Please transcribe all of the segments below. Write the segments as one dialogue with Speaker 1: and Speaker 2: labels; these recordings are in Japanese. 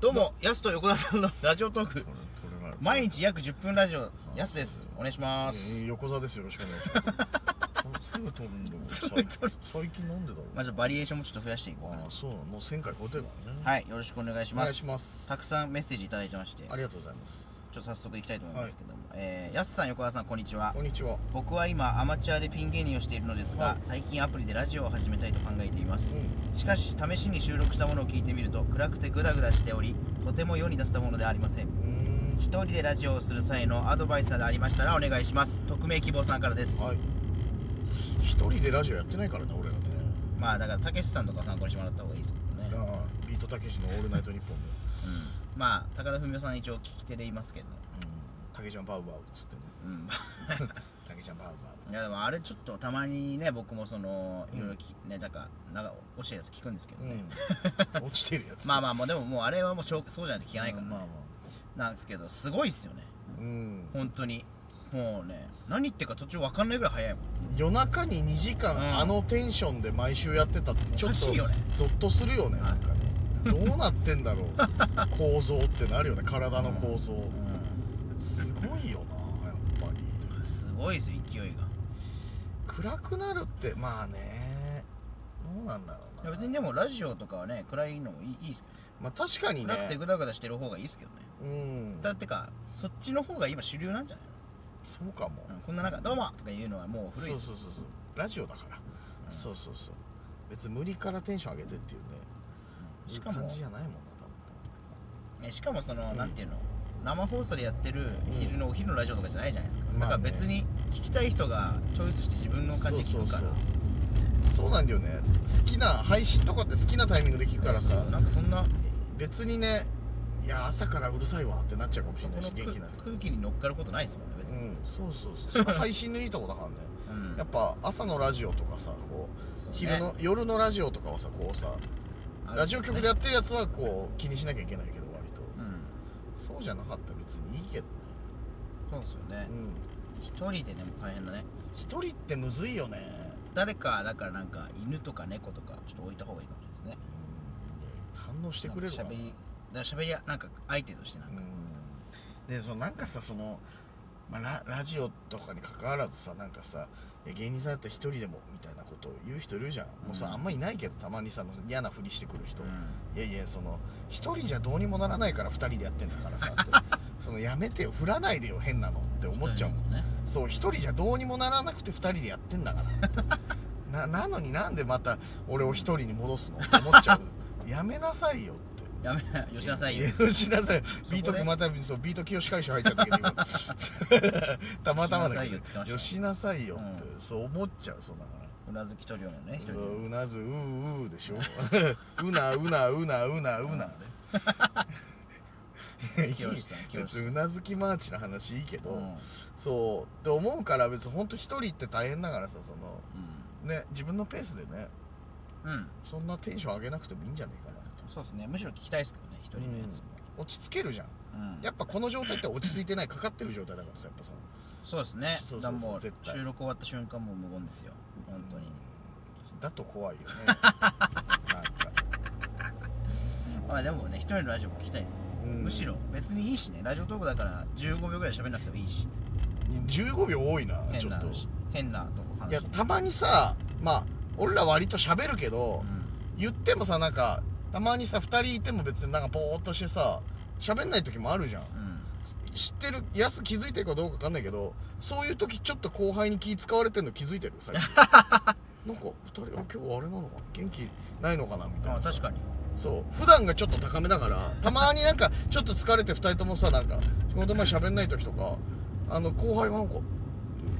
Speaker 1: どうも、やすと横田さんのラジオトー
Speaker 2: それ
Speaker 1: ク。
Speaker 2: それが
Speaker 1: 毎日約10分ラジオ、やすです。お願いし
Speaker 2: え
Speaker 1: ます。
Speaker 2: ー横座ですよろしくお願いします すぐ取るんだもん
Speaker 1: す
Speaker 2: 最
Speaker 1: ぐ撮る
Speaker 2: 最近なんでだろう
Speaker 1: まあ、じゃあバリエーションもちょっと増やしていこうか
Speaker 2: あ
Speaker 1: な
Speaker 2: あ。そうなのもう1000回超えてるからね
Speaker 1: はい、よろしくお願いし
Speaker 2: お
Speaker 1: ま
Speaker 2: 願い
Speaker 1: す。
Speaker 2: します
Speaker 1: たくさんメッセージいただいてまして、ちょ
Speaker 2: ありがとうございます
Speaker 1: っと早速いきたいと思いますけども。えーやすさん、横田さん、こんにちは
Speaker 2: こ。んにちは
Speaker 1: 僕は今、アマチュアでピン芸人をしているのですが
Speaker 2: は、い
Speaker 1: 最近アプリでラジオを始めたいと考えています。
Speaker 2: う
Speaker 1: しかし、試しに収録したものを聞いてみると、暗くてグダグダしており、とても世に出せたものではありません。
Speaker 2: んう
Speaker 1: 一人でラジオをする際のアドバイスなどありましたらお願いします匿名希望さんからです、
Speaker 2: ーんはい一人でラジオやってないからね俺らね
Speaker 1: まあだからたけしさんとか参考にしてもらった方がいいですけどね、うん、
Speaker 2: ああビートたけしの「オールナイトニッポン」で
Speaker 1: まあ高田文夫さん一応聞き手でいますけど
Speaker 2: うんたけちゃんバウバウっつって ね
Speaker 1: うん
Speaker 2: たけちゃんバウバウ
Speaker 1: いやでもあれちょっとたまにね僕もそのいろいろき、ねだからなんか教えるやつ聞くんですけどね、
Speaker 2: う ん落ちてるやつ
Speaker 1: まあまあもうでももうあれはもうしょうそうじゃないと聞けないから、
Speaker 2: まあまあ
Speaker 1: なんですけどすごいっすよね
Speaker 2: うん
Speaker 1: 本当にもうね何言ってるか途中わかんないぐらい早いもん
Speaker 2: 夜中に2時間、
Speaker 1: うん
Speaker 2: あのテンションで毎週やってたってちょ
Speaker 1: おか
Speaker 2: っ
Speaker 1: し
Speaker 2: と
Speaker 1: いよね
Speaker 2: ゾッとするよね
Speaker 1: は
Speaker 2: ないんかねどうなってんだろ う構造ってなるよね体の構造、
Speaker 1: う
Speaker 2: すごいよなやっぱり
Speaker 1: んすごいですよ勢いが
Speaker 2: 暗くなるってまあねどうなんだろう
Speaker 1: いや
Speaker 2: な
Speaker 1: 別にでもラジオとかはね暗いのもいいいいですけ
Speaker 2: まあ確か
Speaker 1: ど、
Speaker 2: に
Speaker 1: 暗くて
Speaker 2: ね
Speaker 1: グダグダしてる方がいいですけどね、
Speaker 2: うん
Speaker 1: だってかそっちの方が今主流なんじゃない
Speaker 2: そうかも、
Speaker 1: の、うんこんな中「どうも!」とか言うのはもう
Speaker 2: そう
Speaker 1: 古い
Speaker 2: そ
Speaker 1: で
Speaker 2: う
Speaker 1: す
Speaker 2: そ
Speaker 1: よ
Speaker 2: うそうラジオだから、
Speaker 1: うん
Speaker 2: そうそうそう別に無理からテンション上げてっていうね
Speaker 1: うんしかも
Speaker 2: いう感じじゃないもんな多分
Speaker 1: えしかもその、
Speaker 2: うん
Speaker 1: なんていうの生放送でやってる
Speaker 2: ん
Speaker 1: 昼のお昼のラジオとかじゃないじゃないですか、
Speaker 2: まあね
Speaker 1: だから別に聞きたい人がチョイスして自分の感じで聞くから
Speaker 2: そうそうそうそうなんだよね好きな配信とかって好きなタイミングで聞くから
Speaker 1: そう
Speaker 2: さ
Speaker 1: そうなんかそんな
Speaker 2: 別にねいや朝からうるさいわってなっちゃうかもし
Speaker 1: そ
Speaker 2: れな
Speaker 1: こ
Speaker 2: い
Speaker 1: の
Speaker 2: し元気ない
Speaker 1: く空気に乗っかることないですもんね別
Speaker 2: う
Speaker 1: に、
Speaker 2: んそうそうそうそれ配信のいいとこだからね
Speaker 1: うん
Speaker 2: やっぱ朝のラジオとかさこ
Speaker 1: そう
Speaker 2: う
Speaker 1: ね
Speaker 2: 昼の夜のラジオとかはさこうさ
Speaker 1: ある
Speaker 2: ラジオ局でやってるやつはこう気にしなきゃいけないけど割と
Speaker 1: うん
Speaker 2: そうじゃなかったら別にいいけどね
Speaker 1: そうですよね
Speaker 2: うん
Speaker 1: 一、人ででも大変だね
Speaker 2: 一人ってむずいよね
Speaker 1: 誰かだからなんか犬とか猫とかちょっと置いた方がいいかもしれないですね
Speaker 2: 反応してくれる
Speaker 1: しゃ
Speaker 2: かな
Speaker 1: べりだから喋りやなんか相手としてなんか、
Speaker 2: うんでそのなんかさその、まあ、ララジオとかに関わらずさなんかさいや芸人さんだったら一人でもみたいなことを言う人いるじゃん、もう
Speaker 1: う
Speaker 2: さ
Speaker 1: ん
Speaker 2: あんまいないけどたまにさの嫌なふりしてくる人、
Speaker 1: うん
Speaker 2: いやいやその一人じゃどうにもならないから二人でやってんだから さってそのやめてよ振らないでよ変なのって思っちゃうもん
Speaker 1: 一人なんですね
Speaker 2: そう一人じゃどうにもならなくて二人でやってんだか らななのになんでまた俺を一人に戻すのって思っちゃ うやめなさいよって
Speaker 1: やめなよしなさいよ
Speaker 2: よしなさい
Speaker 1: そこで
Speaker 2: ビートくまたびそうビート清会社入っちゃった けど今たまたまだけ
Speaker 1: よしなさいよって言ってましたう
Speaker 2: どよしなさいよって、そう思っちゃうそうだから
Speaker 1: うなずきとりょうのね一人
Speaker 2: そ
Speaker 1: で
Speaker 2: ううなずうううでしょ うなうなうなうなう なねいやいい
Speaker 1: 清さん清さ
Speaker 2: 別
Speaker 1: ん
Speaker 2: にうなずきマーチの話いいけど、
Speaker 1: うん
Speaker 2: そうって思うから別に本当一人って大変だからさその
Speaker 1: う
Speaker 2: ね自分のペースでね
Speaker 1: ん、うん、
Speaker 2: そんなテンション上げなくてもいいんじゃないかな
Speaker 1: そうですねむしろ聞きたいですけどね一人のやつも、
Speaker 2: 落ち着けるじゃん
Speaker 1: うん
Speaker 2: やっぱこの状態って落ち着いてないかかってる状態だからさやっぱさ
Speaker 1: そうですね
Speaker 2: そうそうそう
Speaker 1: だからもう
Speaker 2: 絶対
Speaker 1: 収録終わった瞬間もう無言ですよ本当に、
Speaker 2: うんだと 怖いよねなんか
Speaker 1: まあでもね一人のラジオも聞きたいです、
Speaker 2: うん
Speaker 1: むしろ別にいいしねラジオトークだから15秒ぐらい喋んなくてもいいし
Speaker 2: 15秒多いな
Speaker 1: 変
Speaker 2: ちょ
Speaker 1: な
Speaker 2: っと
Speaker 1: 話変なとこ話
Speaker 2: いやたまにさまあ俺ら割と喋るけど、
Speaker 1: う
Speaker 2: 言ってもさなんかたまにさ2人いても別になんかぼーっとしてさ喋んない時もあるじゃん
Speaker 1: ん、うん
Speaker 2: 知ってるやす気づいてるかどうかわかんないけどそういう時ちょっと後輩に気使われてるの気づいてる最 近なんか2人は今日はあれなのか元気ないのかなみたい
Speaker 1: あ
Speaker 2: なさ
Speaker 1: 確かに
Speaker 2: そう普段がちょっと高めだからたまになんかちょっと疲れて2人ともさなんか仕事前喋んない時とかあの後輩はなんか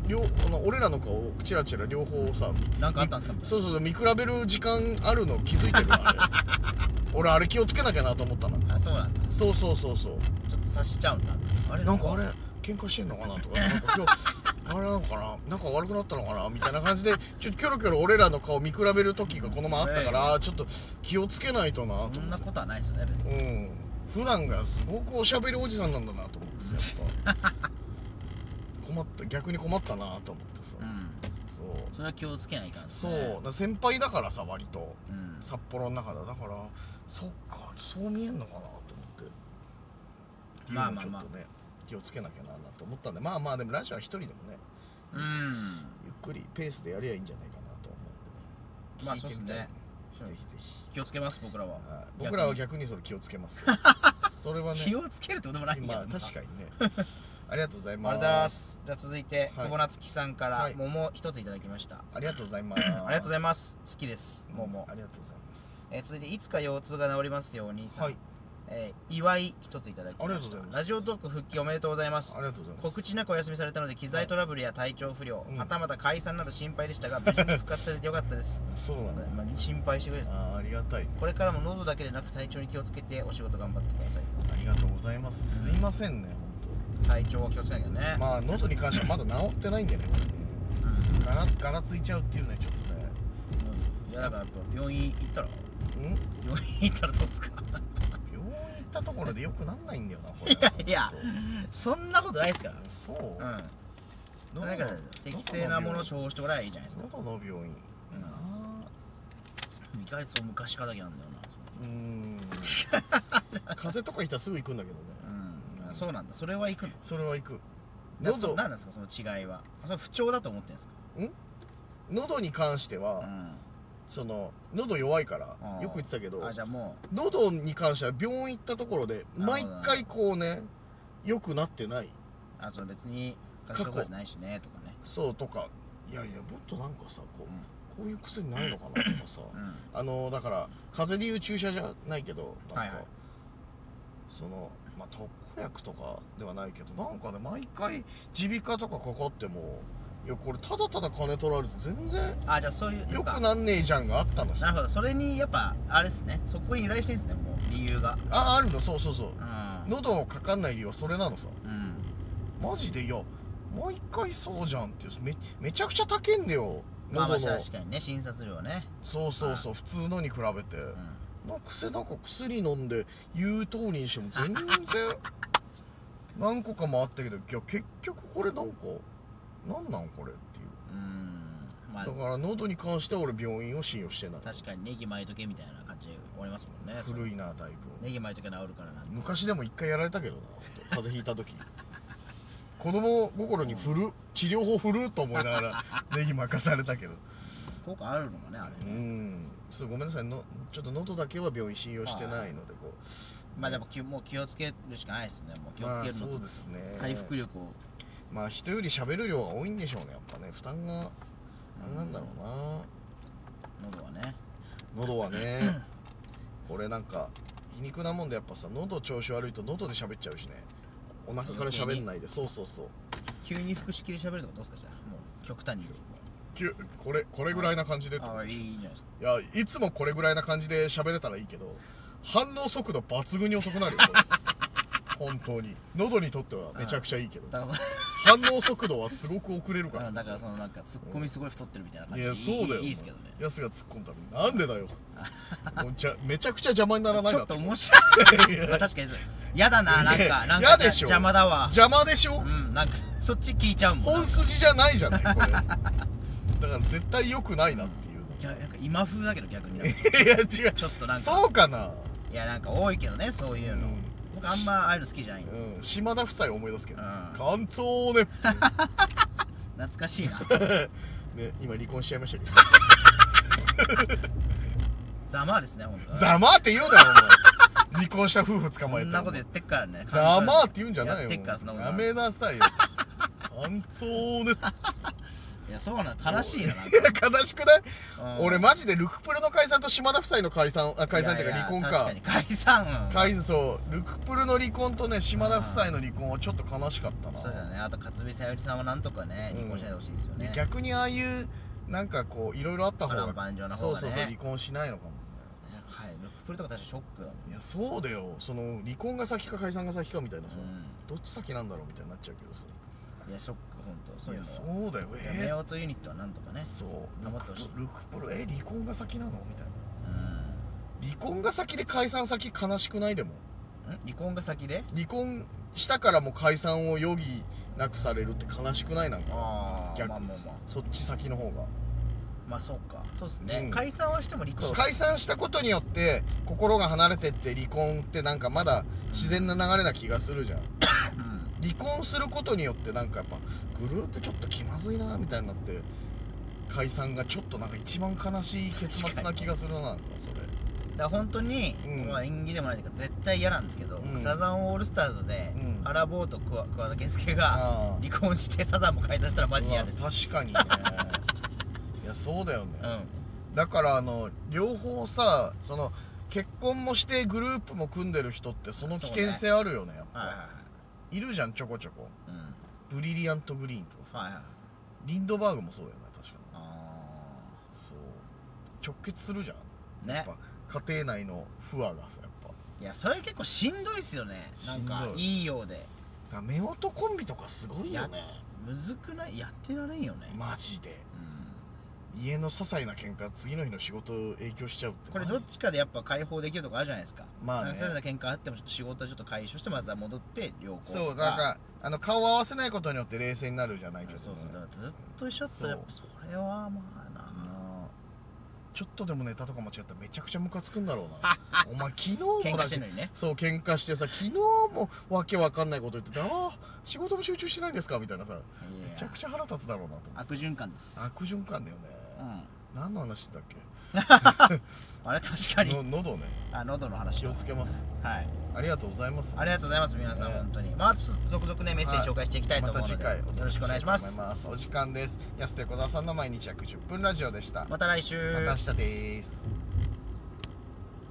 Speaker 2: 両あの俺らの顔をチラチラ両方さ
Speaker 1: なんかあったんすか
Speaker 2: みそうそうそう見比べる時間あるの気づいてるあれ 俺あれ気をつけなきゃなと思ったの
Speaker 1: あそうなんだ
Speaker 2: そうそうそうそう
Speaker 1: ちょっと察しちゃうんだあれ
Speaker 2: なんかあれ喧嘩してんのかなとかなんか今日 あれなのかななんか悪くなったのかなみたいな感じでちょっとキョロキョロ俺らの顔見比べる時がこの前あったから、ちょっと気をつけないとなと思って
Speaker 1: そんなことはないですよね別
Speaker 2: う
Speaker 1: に、
Speaker 2: ん普段がすごくおしゃべりおじさんなんだなと思ってさやっぱ困った逆に困ったなと思ってさ、
Speaker 1: うん、
Speaker 2: そう
Speaker 1: それは気をつけないかんです
Speaker 2: そう、
Speaker 1: ね
Speaker 2: だから先輩だからさ割と
Speaker 1: うん
Speaker 2: 札幌の中だだからそっかそう見えんのかなと思ってっていう
Speaker 1: まあ
Speaker 2: のも
Speaker 1: まあ
Speaker 2: ちょっとね、
Speaker 1: まあ
Speaker 2: 気をつけなきゃなと思ったんでまあまあでもラジオは一人でもね
Speaker 1: うん
Speaker 2: ゆっくりペースでやりゃいいんじゃないかなと思うんでね
Speaker 1: まあ
Speaker 2: 聞いてみたい
Speaker 1: そうっすね
Speaker 2: ぜひぜひ
Speaker 1: 気をつけます僕らは
Speaker 2: はい僕らは
Speaker 1: に
Speaker 2: 逆にそれ気をつけます けどそれはね
Speaker 1: 気をつけるってこともないん
Speaker 2: ま
Speaker 1: や
Speaker 2: あ
Speaker 1: ろ
Speaker 2: 確か
Speaker 1: に
Speaker 2: にねありがとうござい
Speaker 1: あ
Speaker 2: ま
Speaker 1: りがとうございま
Speaker 2: す
Speaker 1: すじゃあ続いて
Speaker 2: はい
Speaker 1: ココナツキさんか
Speaker 2: は
Speaker 1: ら
Speaker 2: い
Speaker 1: 桃一ついただきました
Speaker 2: ありがとうございます
Speaker 1: ありがとうござい
Speaker 2: す
Speaker 1: ます好きです桃
Speaker 2: ありがとうございます
Speaker 1: えー続いていつか腰痛が治りますようにさん
Speaker 2: はい
Speaker 1: えー祝い一ついただき
Speaker 2: あり
Speaker 1: ま
Speaker 2: がと
Speaker 1: し
Speaker 2: うご
Speaker 1: た
Speaker 2: ざいます
Speaker 1: ラジオトーク復帰おめでとうございます
Speaker 2: ありがとうございます
Speaker 1: 告知なくお休みされたので機材トラブルや体調不良、
Speaker 2: うん
Speaker 1: はたまた解散など心配で したが無事に復活されてよかったです
Speaker 2: そうなん
Speaker 1: ま
Speaker 2: だ
Speaker 1: あ心配してくれる
Speaker 2: あーありがたいね
Speaker 1: これからも喉だけでなく体調に気をつけてお仕事頑張ってください
Speaker 2: ありがとうございますすいませんね
Speaker 1: 体調は気をつけなきゃね
Speaker 2: 本当。まあ喉に関してはまだ治ってないんでね
Speaker 1: うん
Speaker 2: ガラガラついちゃうっていうねちょっとね
Speaker 1: うんいやだからやっぱ病院行ったら
Speaker 2: うん
Speaker 1: 病院行ったらどうすか
Speaker 2: 病院行ったところでよくなんないんだよなこれ
Speaker 1: いやいやそんなことないですから
Speaker 2: そう
Speaker 1: うん
Speaker 2: ど
Speaker 1: だ
Speaker 2: の
Speaker 1: から適正なものを
Speaker 2: ど
Speaker 1: 処方してもらえばいいじゃないですか
Speaker 2: この病院
Speaker 1: うん
Speaker 2: なあ
Speaker 1: 意外とそう昔からだけなんだよな
Speaker 2: うーん風邪とかひたらすぐ行くんだけどね
Speaker 1: うんあそうなんだそれは行くの
Speaker 2: それは行く
Speaker 1: 喉
Speaker 2: 喉
Speaker 1: 何なんですかその違いはそれ不調だと思ってるんですか
Speaker 2: 喉に関しては、
Speaker 1: うん
Speaker 2: その喉弱いから
Speaker 1: あー
Speaker 2: よく言ってたけど
Speaker 1: あじゃあも
Speaker 2: 喉に関しては病院行ったところで
Speaker 1: なるほ
Speaker 2: 毎
Speaker 1: ど
Speaker 2: 回こうね良くなってないう
Speaker 1: あと別に
Speaker 2: 過
Speaker 1: 貸した
Speaker 2: 去
Speaker 1: ことじゃないしねとかね
Speaker 2: そうとかいやいやもっとなんかさこ
Speaker 1: う
Speaker 2: うこういう薬ないのか なとかさ
Speaker 1: んうん
Speaker 2: あのだから風邪でいう注射じゃないけどなんか、
Speaker 1: はいはい
Speaker 2: そのまあ特効薬とかではないけどなんかね毎回耳鼻科とかかかってもいやこれただただ金取られて全然
Speaker 1: あじゃあそういう
Speaker 2: 良
Speaker 1: か
Speaker 2: くなんねえじゃんがあったの
Speaker 1: なる
Speaker 2: あ
Speaker 1: ほどそれにやっぱあれですねそこに由来してるんですねもう理由が
Speaker 2: あるのそうそうそう
Speaker 1: うん
Speaker 2: 喉をかかんない理由はそれなのさ
Speaker 1: うん
Speaker 2: マジでいや毎回そうじゃんっていうめめちゃくちゃ高いんだよ
Speaker 1: まあま
Speaker 2: 喉
Speaker 1: あ
Speaker 2: の
Speaker 1: 確かにね診察料ね
Speaker 2: そうそうそう普通のに比べて、
Speaker 1: うん
Speaker 2: のくせなんか薬飲んで言う通りにしても全然 何個かもあったけどいや結局これなんか何なんこれっていう、
Speaker 1: うんま
Speaker 2: だ
Speaker 1: あ
Speaker 2: から喉に関しては俺病院を信用してない
Speaker 1: 確かにネギ巻いとけみたいな感じで終わりますもんねそれ
Speaker 2: 古いなだいぶ
Speaker 1: ネギ巻いとけ治るからなんて
Speaker 2: 昔でも一回やられた けどな本当風邪ひいた時子供心に振る治療法振ると思いながら ネギ任されたけど
Speaker 1: 効果あるのかねあ
Speaker 2: う
Speaker 1: れね
Speaker 2: んそうごめんなさいのちょっと喉だけは病院信用してないのでこう
Speaker 1: まあでもきもう気をつけるしかないですねもう気を
Speaker 2: ま
Speaker 1: つ
Speaker 2: あ
Speaker 1: けるの
Speaker 2: そう
Speaker 1: と
Speaker 2: ですね
Speaker 1: 回復力を
Speaker 2: まあ人より喋る量が多いんでしょうねやっぱね負担があれなんだろうな、
Speaker 1: 喉はね
Speaker 2: 喉 はねこれなんか皮肉なもんでやっぱさ喉調子悪いと喉で喋っちゃうしねお腹から喋んないでそうそうそう
Speaker 1: 急に腹式で喋るとかどうですかじゃあもう極端に
Speaker 2: きゅこれこれぐらいな感じでってこと
Speaker 1: あ
Speaker 2: で
Speaker 1: い
Speaker 2: しょ
Speaker 1: いんじゃないですか
Speaker 2: いやいつもこれぐらいな感じで喋れたらいいけど反応速度抜群に遅くなるよ これ本当に喉にとってはめちゃくちゃいいけど
Speaker 1: だから
Speaker 2: 反応速度はすごく遅れるから
Speaker 1: うんだからそのなんかツッコミすごい太ってるみたいな感
Speaker 2: い
Speaker 1: じ
Speaker 2: やそうだよ
Speaker 1: いいですけどね
Speaker 2: ヤスが突っ込んだのなんでだよもうじゃめちゃくちゃ邪魔にならない
Speaker 1: ちょ
Speaker 2: だ
Speaker 1: っ
Speaker 2: って
Speaker 1: と面白
Speaker 2: いや
Speaker 1: いまあ確かにそうやだななん
Speaker 2: い
Speaker 1: か
Speaker 2: や
Speaker 1: なん
Speaker 2: 嫌
Speaker 1: か
Speaker 2: でしょ
Speaker 1: 邪魔だわ
Speaker 2: 邪魔でしょ、
Speaker 1: うんなんかそっち聞いちゃうもん
Speaker 2: 本筋じゃないじゃないこれだから絶対良くないなっていう、
Speaker 1: 逆なんか今風だけど逆に
Speaker 2: いや違う
Speaker 1: ちょっとなんか
Speaker 2: そうかない
Speaker 1: やなんか多いけどねそういうの
Speaker 2: うん
Speaker 1: 僕あんまああいうの好きじゃないんで
Speaker 2: うん、島田夫妻を思い出すけど、
Speaker 1: うん
Speaker 2: 感想をね
Speaker 1: 懐かしいな
Speaker 2: ね今離婚しちゃいましたけど
Speaker 1: ざまあですね本当
Speaker 2: ざまあって言うなよお前離婚した夫婦捕ま
Speaker 1: そ
Speaker 2: えて
Speaker 1: んなこと言ってっからね
Speaker 2: ざまあって言うんじゃないよ
Speaker 1: やってっからそんなこと
Speaker 2: やめなさいよ感想をね
Speaker 1: いやそうなの悲しいななん
Speaker 2: いや
Speaker 1: か
Speaker 2: 悲しくない、
Speaker 1: うん
Speaker 2: 俺マジでルクプルの解散と島田夫妻の解散あ解散っていうか
Speaker 1: いやい
Speaker 2: 離
Speaker 1: や
Speaker 2: 婚か
Speaker 1: 確かに解散うん
Speaker 2: 解そうルクプルの離婚とね島田夫妻の離婚はちょっと悲しかったな
Speaker 1: そうだよねあと勝美さゆりさんはなんとかね離婚しないでほしいですよね
Speaker 2: で逆にああいうなんかこういろいろあった方が
Speaker 1: 波乱万丈な方
Speaker 2: そう
Speaker 1: がね
Speaker 2: そうそう離婚しないのかもね
Speaker 1: はいルクプルとか確かショックだもん
Speaker 2: いやそうだよその離婚が先か解散が先かみたいなさ、
Speaker 1: うん
Speaker 2: どっち先なんだろうみたいになっちゃうけどさ
Speaker 1: いやショック本当そう
Speaker 2: い
Speaker 1: いう
Speaker 2: や
Speaker 1: の
Speaker 2: そ
Speaker 1: は
Speaker 2: うだよ
Speaker 1: やめ
Speaker 2: え
Speaker 1: ようとユニットはなんとかね
Speaker 2: ー、そうル
Speaker 1: 頑張っ
Speaker 2: ク
Speaker 1: てほしい
Speaker 2: プルルクプルえ離婚が先なのみたいな
Speaker 1: うん
Speaker 2: 離婚が先で解散先悲しくないでも
Speaker 1: ん離婚が先で
Speaker 2: 離婚したからもう解散を余儀なくされるって悲しくないなんか
Speaker 1: あー
Speaker 2: 逆
Speaker 1: まあ
Speaker 2: に
Speaker 1: まあまあ
Speaker 2: そっち先の方が
Speaker 1: まあそうかそうですね、
Speaker 2: うん
Speaker 1: 解散はしても離婚
Speaker 2: 解散したことによって心が離れてって離婚ってなんかまだ自然な流れな気がするじゃん
Speaker 1: うん
Speaker 2: 離婚することによってなんかやっぱグループちょっと気まずいなみたいになって解散がちょっとなんか一番悲しい結末な気がするななんかそれ
Speaker 1: だから本当に、
Speaker 2: うん
Speaker 1: まあ縁起でもないというか絶対嫌なんですけど、
Speaker 2: うん
Speaker 1: サザンオールスターズで、
Speaker 2: うん
Speaker 1: アラボーと桑桑田佳祐
Speaker 2: あ
Speaker 1: が
Speaker 2: あ
Speaker 1: 離婚してサザンも解散したらマジ嫌です
Speaker 2: うわ確 かにねいやそうだよね、
Speaker 1: うん
Speaker 2: だからあの両方さその結婚もしてグループも組んでる人ってその危険性あるよねやっぱ、
Speaker 1: はいはいはい
Speaker 2: いるじゃんちょこちょこ
Speaker 1: うんはい
Speaker 2: ブリリアント・グリーンとかさ
Speaker 1: はいはい
Speaker 2: リンドバーグもそうだよね確かに
Speaker 1: あ
Speaker 2: そう直結するじゃん
Speaker 1: ーね
Speaker 2: やっぱ家庭内の不和がさやっぱ
Speaker 1: いやそれ結構しんどいっすよねなん
Speaker 2: し
Speaker 1: か
Speaker 2: んどい
Speaker 1: いいようで
Speaker 2: だから夫婦コンビとかすごいよね
Speaker 1: むずくないやってられんよね、
Speaker 2: マジで
Speaker 1: うん
Speaker 2: 家の些細な喧嘩次の日の仕事影響しちゃうって
Speaker 1: これ
Speaker 2: マジ
Speaker 1: どっちかでやっぱ解放できるとこあるじゃないですか
Speaker 2: まあね
Speaker 1: なんかそういうような喧嘩あってもちょっと仕事はちょっと解消してまた戻って良好
Speaker 2: そう
Speaker 1: と
Speaker 2: なんかあの顔を合わせないことによって冷静になるじゃないけど、ね、
Speaker 1: そうそうだからずっと一緒だったらやっぱそれはまあ
Speaker 2: な
Speaker 1: な
Speaker 2: あちょっとでもネタとか間違ったらめちゃくちゃムカつくんだろう なお前昨日も
Speaker 1: 喧
Speaker 2: だ
Speaker 1: 嘩してんのにね
Speaker 2: そう喧嘩してさ昨日もわけわかんないこと言っててああ仕事も集中してないんですかみたいなさ
Speaker 1: いや
Speaker 2: めちゃくちゃ腹立つだろうなと思って
Speaker 1: 悪循環です
Speaker 2: 悪循環だよね、
Speaker 1: うん
Speaker 2: 何の話だっけ
Speaker 1: あれ確か
Speaker 2: の
Speaker 1: に
Speaker 2: 喉ね
Speaker 1: あ喉の話
Speaker 2: 気をつけます
Speaker 1: はい
Speaker 2: ありがとうございます
Speaker 1: ありがとうございます皆さん
Speaker 2: ね
Speaker 1: 本当にまあちょっと続々ねメッセージ紹介していきたいと思うので
Speaker 2: は
Speaker 1: よろしくお願いしま
Speaker 2: お
Speaker 1: す
Speaker 2: 願いしますお時間です安手小沢さんの毎日約10分ラジオでしたま
Speaker 1: また来週
Speaker 2: た明日です